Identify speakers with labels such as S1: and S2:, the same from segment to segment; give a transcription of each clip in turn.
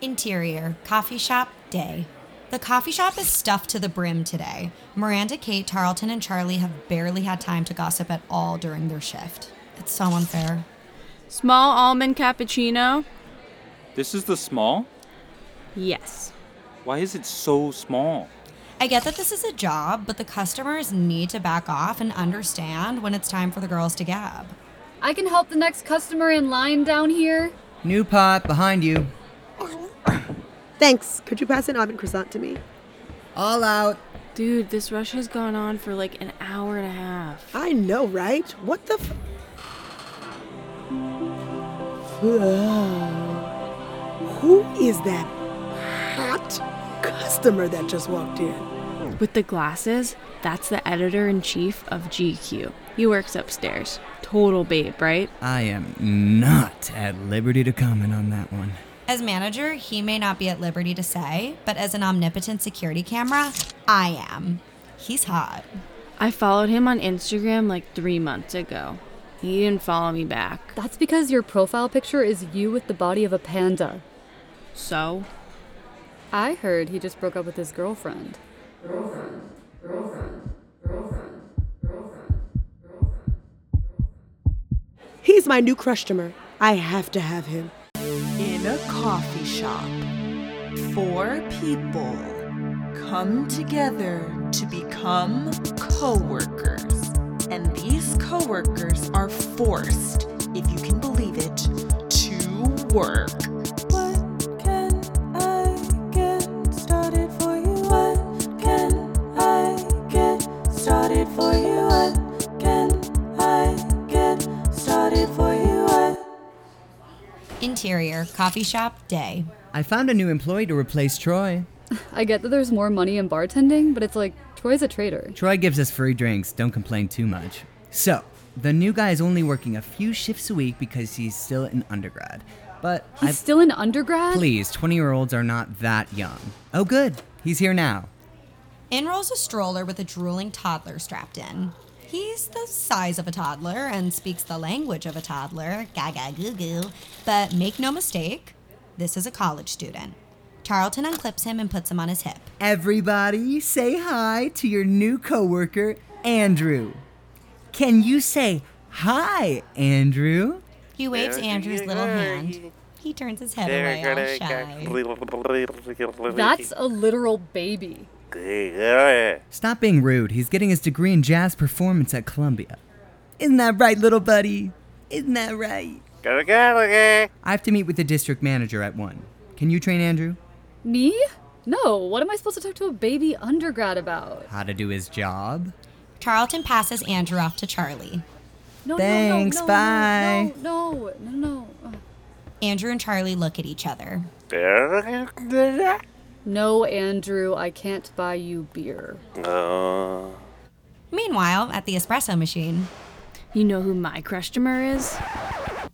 S1: Interior Coffee Shop Day. The coffee shop is stuffed to the brim today. Miranda, Kate, Tarleton, and Charlie have barely had time to gossip at all during their shift. It's so unfair.
S2: Small almond cappuccino?
S3: This is the small?
S2: Yes.
S3: Why is it so small?
S1: I get that this is a job, but the customers need to back off and understand when it's time for the girls to gab.
S4: I can help the next customer in line down here.
S5: New pot behind you.
S6: Thanks. Could you pass an almond croissant to me?
S5: All out.
S2: Dude, this rush has gone on for like an hour and a half.
S6: I know, right? What the f- Who is that hot customer that just walked in?
S2: With the glasses, that's the editor in chief of GQ. He works upstairs. Total babe, right?
S5: I am not at liberty to comment on that one.
S1: As manager, he may not be at liberty to say, but as an omnipotent security camera, I am. He's hot.
S2: I followed him on Instagram like three months ago. He didn't follow me back.
S4: That's because your profile picture is you with the body of a panda.
S2: So,
S4: I heard he just broke up with his girlfriend.
S6: He's my new customer. I have to have him.
S7: In a coffee shop, four people come together to become coworkers. And these coworkers are forced, if you can believe it, to work. What can I get started for you? What can I get started for you? What can I get started for you? What
S1: Interior Coffee Shop Day.
S5: I found a new employee to replace Troy.
S4: I get that there's more money in bartending, but it's like Troy's a traitor.
S5: Troy gives us free drinks. Don't complain too much. So, the new guy is only working a few shifts a week because he's still an undergrad. But
S4: He's
S5: I
S4: still an undergrad?
S5: please, 20-year-olds are not that young. Oh good. He's here now.
S1: In rolls a stroller with a drooling toddler strapped in. He's the size of a toddler and speaks the language of a toddler, gaga goo goo. But make no mistake, this is a college student. Tarleton unclips him and puts him on his hip.
S5: Everybody say hi to your new coworker, Andrew. Can you say hi, Andrew?
S1: He waves Andrew's little hand. He turns his head away, all shy.
S4: That's a literal baby.
S5: Stop being rude. He's getting his degree in jazz performance at Columbia. Isn't that right, little buddy? Isn't that right? I have to meet with the district manager at 1. Can you train Andrew?
S4: Me? No, what am I supposed to talk to a baby undergrad about?
S5: How to do his job?
S1: Tarleton passes Andrew off to Charlie.
S4: No,
S5: Thanks,
S4: no, no,
S5: bye.
S4: No, no, no, no, no. Ugh.
S1: Andrew and Charlie look at each other.
S4: No, Andrew, I can't buy you beer.
S1: Meanwhile, at the espresso machine,
S2: you know who my customer is?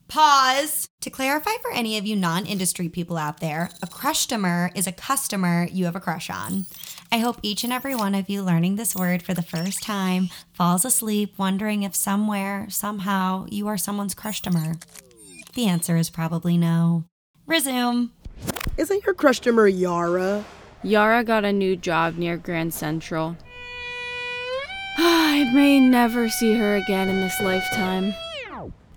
S1: Pause. To clarify for any of you non industry people out there, a crushtomer is a customer you have a crush on. I hope each and every one of you learning this word for the first time falls asleep wondering if somewhere, somehow, you are someone's crushtomer. The answer is probably no. Resume.
S6: Isn't your customer Yara?
S2: Yara got a new job near Grand Central. I may never see her again in this lifetime.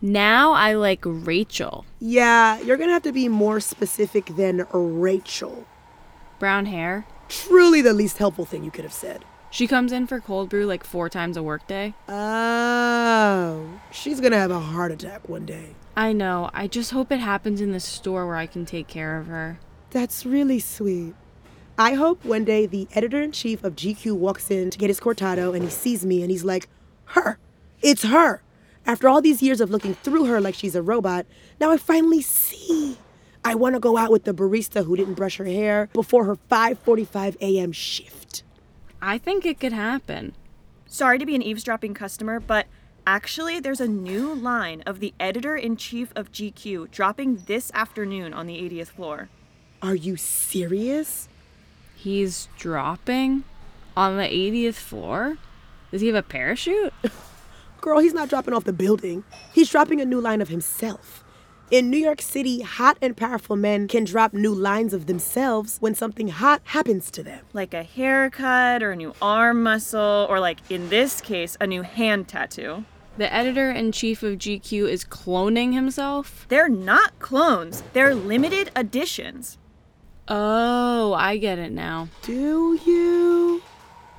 S2: Now I like Rachel.
S6: Yeah, you're gonna have to be more specific than Rachel.
S2: Brown hair.
S6: Truly the least helpful thing you could have said.
S2: She comes in for cold brew like four times a workday.
S6: Oh, she's gonna have a heart attack one day.
S2: I know. I just hope it happens in the store where I can take care of her.
S6: That's really sweet. I hope one day the editor in chief of GQ walks in to get his cortado and he sees me and he's like, Her! It's her! After all these years of looking through her like she's a robot, now I finally see. I want to go out with the barista who didn't brush her hair before her 5:45 a.m. shift.
S2: I think it could happen.
S8: Sorry to be an eavesdropping customer, but actually, there's a new line of the editor in chief of GQ dropping this afternoon on the 80th floor.
S6: Are you serious?
S2: He's dropping on the 80th floor? Does he have a parachute?
S6: Girl, he's not dropping off the building. He's dropping a new line of himself. In New York City, hot and powerful men can drop new lines of themselves when something hot happens to them.
S8: Like a haircut or a new arm muscle, or like in this case, a new hand tattoo.
S2: The editor in chief of GQ is cloning himself?
S8: They're not clones, they're limited editions.
S2: Oh, I get it now.
S6: Do you?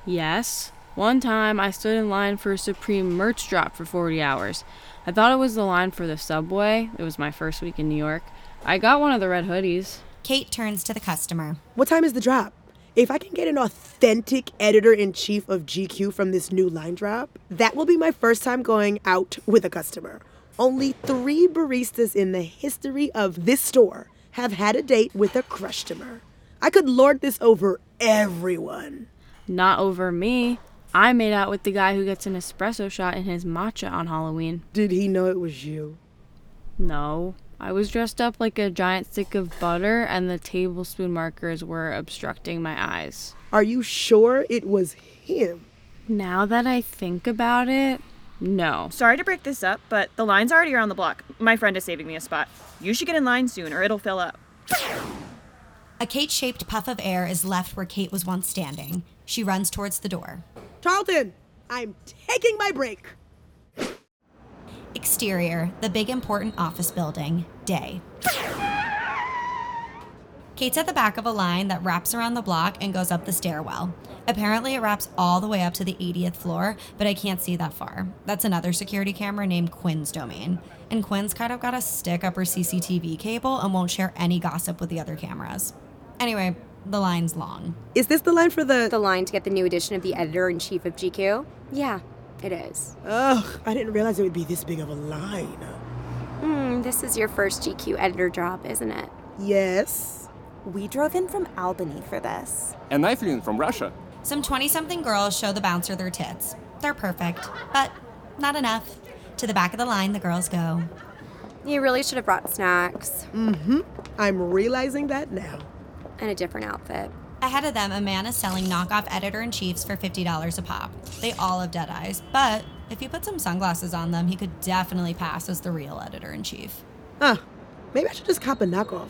S2: Yes. One time I stood in line for a Supreme merch drop for 40 hours. I thought it was the line for the subway. It was my first week in New York. I got one of the red hoodies.
S1: Kate turns to the customer.
S6: What time is the drop? If I can get an authentic editor in chief of GQ from this new line drop, that will be my first time going out with a customer. Only three baristas in the history of this store have had a date with a customer. I could lord this over everyone.
S2: Not over me. I made out with the guy who gets an espresso shot in his matcha on Halloween.
S6: Did he know it was you?
S2: No. I was dressed up like a giant stick of butter, and the tablespoon markers were obstructing my eyes.
S6: Are you sure it was him?
S2: Now that I think about it, no.
S8: Sorry to break this up, but the line's already around the block. My friend is saving me a spot. You should get in line soon or it'll fill up.
S1: A Kate shaped puff of air is left where Kate was once standing. She runs towards the door.
S6: Charlton, I'm taking my break.
S1: Exterior, the big important office building, day. Kate's at the back of a line that wraps around the block and goes up the stairwell. Apparently, it wraps all the way up to the 80th floor, but I can't see that far. That's another security camera named Quinn's domain. And Quinn's kind of got a stick up her CCTV cable and won't share any gossip with the other cameras. Anyway, the line's long.
S6: Is this the line for
S9: the line to get the new edition of the editor in chief of GQ? Yeah, it is.
S6: Ugh, I didn't realize it would be this big of a line.
S9: Hmm, this is your first GQ editor job, isn't it?
S6: Yes.
S10: We drove in from Albany for this.
S11: And I flew in from Russia.
S1: Some 20 something girls show the bouncer their tits. They're perfect, but not enough. To the back of the line, the girls go.
S9: You really should have brought snacks
S6: I'm realizing that now.
S9: and a different outfit.
S1: Ahead of them, a man is selling knockoff editor in chiefs for $50 a pop. They all have dead eyes, but if he put some sunglasses on them, he could definitely pass as the real editor in chief.
S6: Huh. Ah, Maybe I should just cop a knockoff.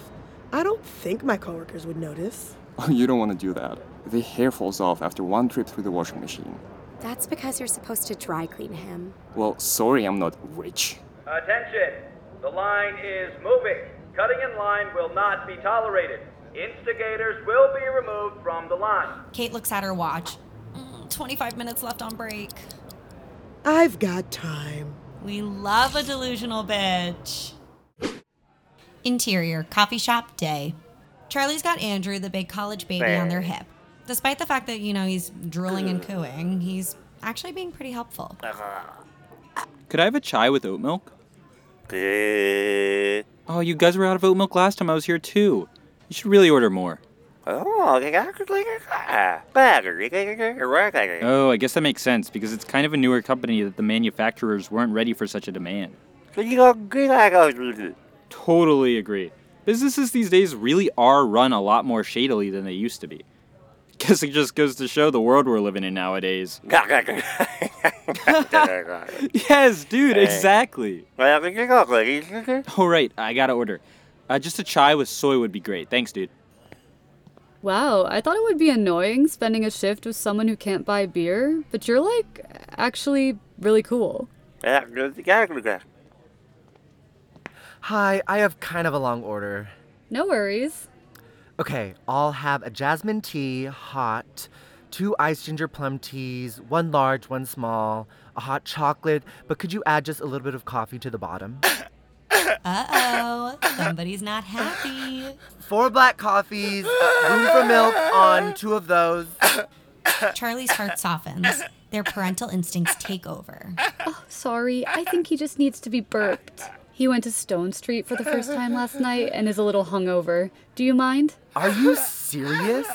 S6: I don't think my coworkers would notice.
S11: Oh, you don't want to do that. The hair falls off after one trip through the washing machine.
S9: That's because you're supposed to dry clean him.
S11: Well, sorry, I'm not rich.
S12: Attention! The line is moving. Cutting in line will not be tolerated. Instigators will be removed from the line.
S1: Kate looks at her watch. Mm, 25 minutes left on break.
S6: I've got time.
S1: We love a delusional bitch. Interior, coffee shop, day. Charlie's got Andrew, the big college baby, on their hip. Despite the fact that, you know, he's drooling and cooing, he's actually being pretty helpful.
S3: Could I have a chai with oat milk? Oh, you guys were out of oat milk last time I was here too. You should really order more. Oh, I guess that makes sense because it's kind of a newer company that the manufacturers weren't ready for such a demand. Totally agree. Businesses these days really are run a lot more shadily than they used to be. Guess it just goes to show the world we're living in nowadays. yes, dude, exactly. All right, I gotta order. Uh, just a chai with soy would be great. Thanks, dude.
S4: Wow, I thought it would be annoying spending a shift with someone who can't buy beer, but you're like actually really cool.
S13: Hi, I have kind of a long order.
S4: No worries.
S13: Okay, I'll have a jasmine tea, hot, two iced ginger plum teas, one large, one small, a hot chocolate, but could you add just a little bit of coffee to the bottom?
S1: Uh oh, somebody's not happy.
S13: Four black coffees, room for milk on two of those.
S1: Charlie's heart softens. Their parental instincts take over.
S4: Sorry, I think he just needs to be burped. He went to Stone Street for the first time last night and is a little hungover. Do you mind?
S13: Are you serious?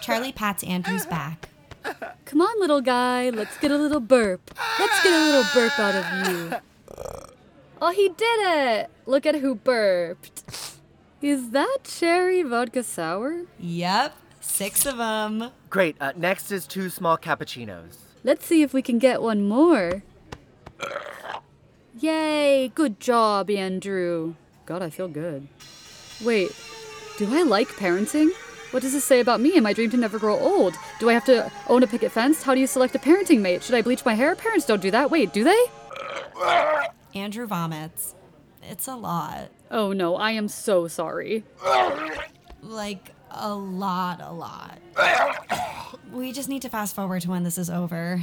S1: Charlie pats Andrew's back.
S4: Come on, little guy, let's get a little burp. Let's get a little burp out of you. Oh, he did it! Look at who burped. Is that cherry vodka sour?
S1: Yep, six of them.
S13: Great, uh, next is two small cappuccinos.
S4: Let's see if we can get one more. Yay! Good job, Andrew. God, I feel good. Wait, do I like parenting? What does this say about me and my dream to never grow old? Do I have to own a picket fence? How do you select a parenting mate? Should I bleach my hair? Parents don't do that. Wait, do they?
S1: Andrew vomits. It's a lot.
S4: Oh no, I am so sorry.
S1: Like, a lot, a lot. we just need to fast forward to when this is over.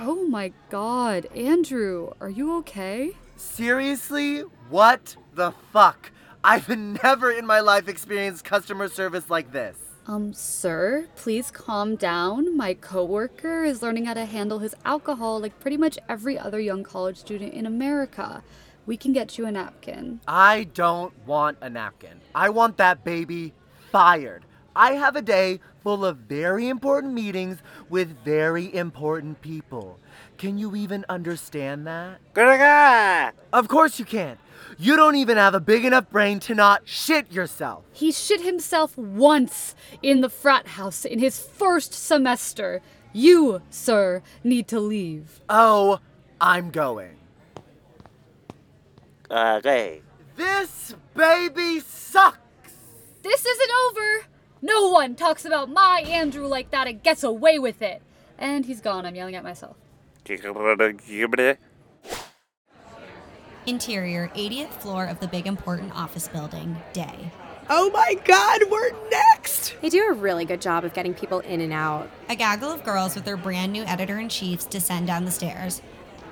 S4: Oh my god, Andrew, are you okay?
S13: Seriously? What the fuck? I've never in my life experienced customer service like this.
S4: Um, sir, please calm down. My coworker is learning how to handle his alcohol like pretty much every other young college student in America. We can get you a napkin.
S13: I don't want a napkin. I want that baby fired. I have a day full of very important meetings with very important people. Can you even understand that? Of course you can. You don't even have a big enough brain to not shit yourself.
S4: He shit himself once in the frat house in his first semester. You, sir, need to leave.
S13: Oh, I'm going. This baby sucks!
S4: This isn't over! No one talks about my Andrew like that and gets away with it! And he's gone. I'm yelling at myself.
S1: Interior, 80th floor of the big important office building, day.
S9: Oh my god, we're next! They do a really good job of getting people in and out.
S1: A gaggle of girls with their brand new editor in chiefs descend down the stairs.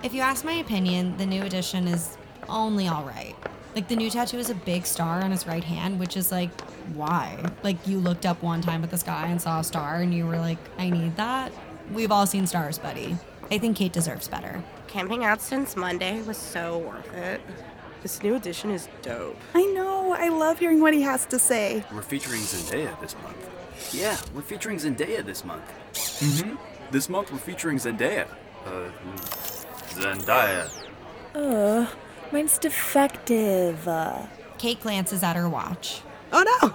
S1: If you ask my opinion, the new edition is only all right. Like the new tattoo is a big star on his right hand, which is like, why? Like you looked up one time at the sky and saw a star and you were like, I need that. We've all seen stars, buddy. I think Kate deserves better.
S14: Camping out since Monday was so worth it.
S10: This new edition is dope.
S14: I know, I love hearing what he has to say.
S15: We're featuring Zendaya this month. Yeah, we're featuring Zendaya this month. Mm-hmm. This month we're featuring Zendaya. Uh, Zendaya.
S10: Ugh, mine's defective.
S1: Kate glances at her watch.
S6: Oh no!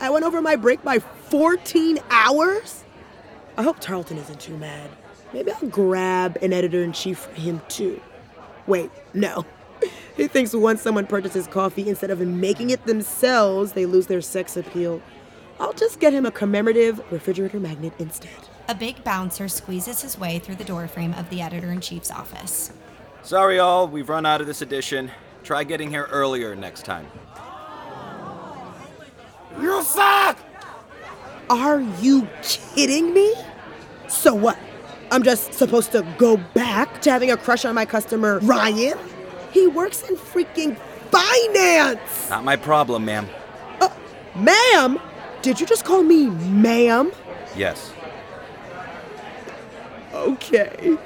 S6: I went over my break by 14 hours? I hope Tarleton isn't too mad. Maybe I'll grab an editor in chief for him too. Wait, no. He thinks once someone purchases coffee instead of making it themselves, they lose their sex appeal. I'll just get him a commemorative refrigerator magnet instead.
S1: A big bouncer squeezes his way through the doorframe of the editor in chief's office.
S16: Sorry, all, we've run out of this edition. Try getting here earlier next time.
S6: You suck! Are you kidding me? So what? I'm just supposed to go back to having a crush on my customer, Ryan? He works in freaking finance!
S16: Not my problem, ma'am.
S6: Ma'am? Did you just call me ma'am?
S16: Yes.
S6: Okay.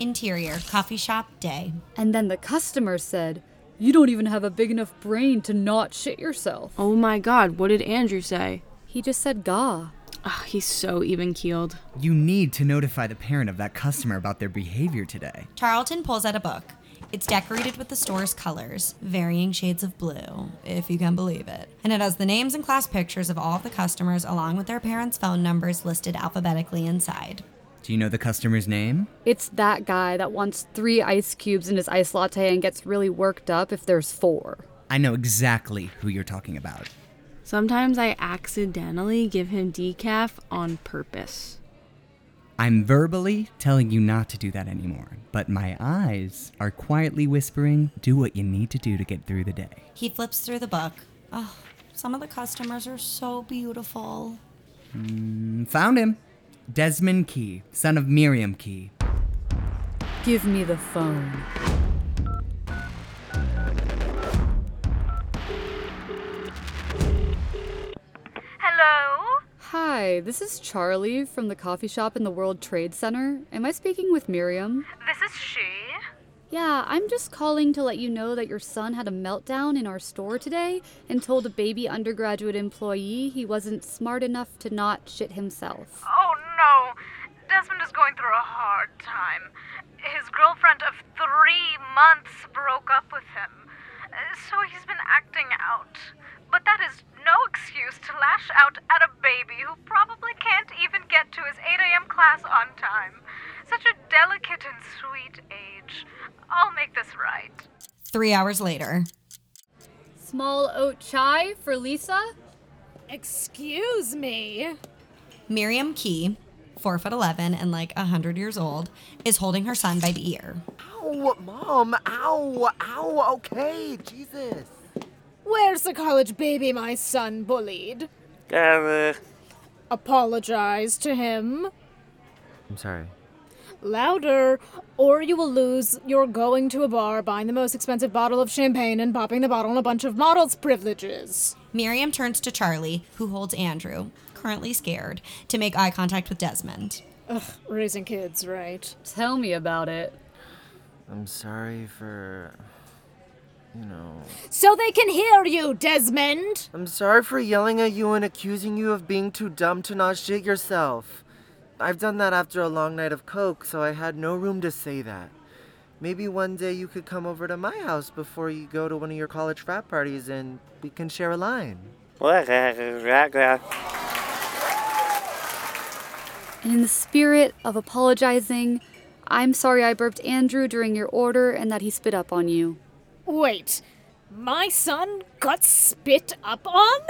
S1: Interior, coffee shop, day.
S4: And then the customer said, You don't even have a big enough brain to not shit yourself.
S2: Oh my god, what did Andrew say?
S4: He just said gah.
S2: Ugh, he's so even keeled.
S5: You need to notify the parent of that customer about their behavior today.
S1: Tarleton pulls out a book. It's decorated with the store's colors, varying shades of blue, if you can believe it. And it has the names and class pictures of all of the customers along with their parents' phone numbers listed alphabetically inside.
S5: Do you know the customer's name?
S4: It's that guy that wants three ice cubes in his ice latte and gets really worked up if there's four.
S5: I know exactly who you're talking about.
S2: Sometimes I accidentally give him decaf on purpose.
S5: I'm verbally telling you not to do that anymore, but my eyes are quietly whispering, do what you need to do to get through the day.
S1: He flips through the book. Oh, some of the customers are so beautiful.
S5: Mm, found him. Desmond Key, son of Miriam Key.
S4: Give me the phone.
S17: Hello?
S4: Hi, this is Charlie from the coffee shop in the World Trade Center. Am I speaking with Miriam?
S17: This is she.
S4: Yeah, I'm just calling to let you know that your son had a meltdown in our store today and told a baby undergraduate employee he wasn't smart enough to not shit himself.
S17: Oh no! Desmond is going through a hard time. His girlfriend of three months broke up with him, Uh, so he's been acting out. But that is no excuse to lash out at a baby who probably can't even get to his delicate and sweet age. I'll make this right.
S1: Three hours later.
S18: Small oat chai for Lisa?
S4: Excuse me.
S1: Miriam Key, four foot eleven and like a hundred years old, is holding her son by the ear.
S13: Ow, mom, ow, ow, okay, Jesus.
S4: Where's the college baby my son bullied? Apologize to him.
S19: I'm sorry.
S4: Louder, or you will lose your going to a bar, buying the most expensive bottle of champagne, and popping the bottle in a bunch of models' privileges.
S1: Miriam turns to Charlie, who holds Andrew, currently scared, to make eye contact with Desmond.
S4: Ugh, raising kids, right?
S18: Tell me about it.
S19: I'm sorry for. You know.
S4: So they can hear you, Desmond!
S13: I'm sorry for yelling at you and accusing you of being too dumb to not shit yourself. I've done that after a long night of coke, so I had no room to say that. Maybe one day you could come over to my house before you go to one of your college frat parties and we can share a line.
S18: And in the spirit of apologizing, I'm sorry I burped Andrew during your order and that he spit up on you.
S4: Wait, my son got spit up on?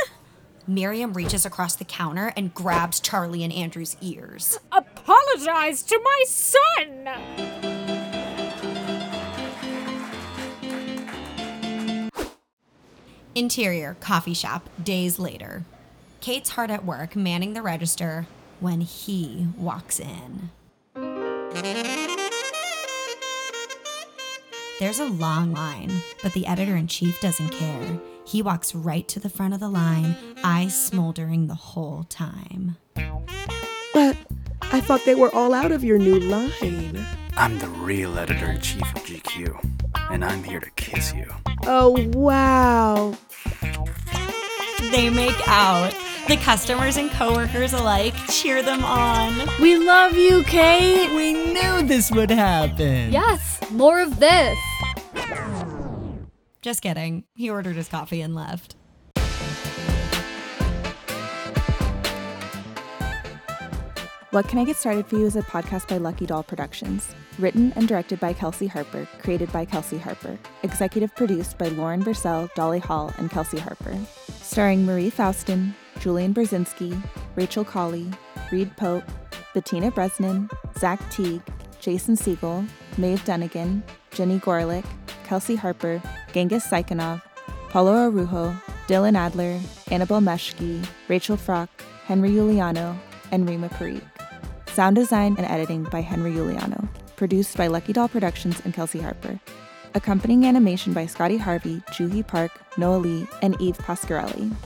S1: Miriam reaches across the counter and grabs Charlie and Andrew's ears.
S4: Apologize to my son!
S1: Interior, coffee shop, days later. Kate's hard at work manning the register when he walks in. There's a long line, but the editor in chief doesn't care. He walks right to the front of the line, eyes smoldering the whole time.
S20: But I thought they were all out of your new line.
S5: I'm the real editor in chief of GQ, and I'm here to kiss you.
S20: Oh, wow.
S1: They make out. The customers and coworkers alike cheer them on.
S2: We love you, Kate. We knew this would happen.
S18: Yes, more of this.
S1: Just kidding. He ordered his coffee and left.
S6: What Can I Get Started For You is a podcast by Lucky Doll Productions. Written and directed by Kelsey Harper, created by Kelsey Harper. Executive produced by Lauren Bursell, Dolly Hall, and Kelsey Harper. Starring Marie Faustin, Julian Brzezinski, Rachel Colley, Reed Pope, Bettina Bresnan, Zach Teague, Jason Siegel, Maeve Dunnigan, Jenny Gorlick, Kelsey Harper, Genghis Sykanov, Paulo Arujo, Dylan Adler, Annabelle Meshki, Rachel Frock, Henry Juliano, and Rima Parikh. Sound design and editing by Henry Juliano. Produced by Lucky Doll Productions and Kelsey Harper. Accompanying animation by Scotty Harvey, Juhi Park, Noah Lee, and Eve Pasquarelli.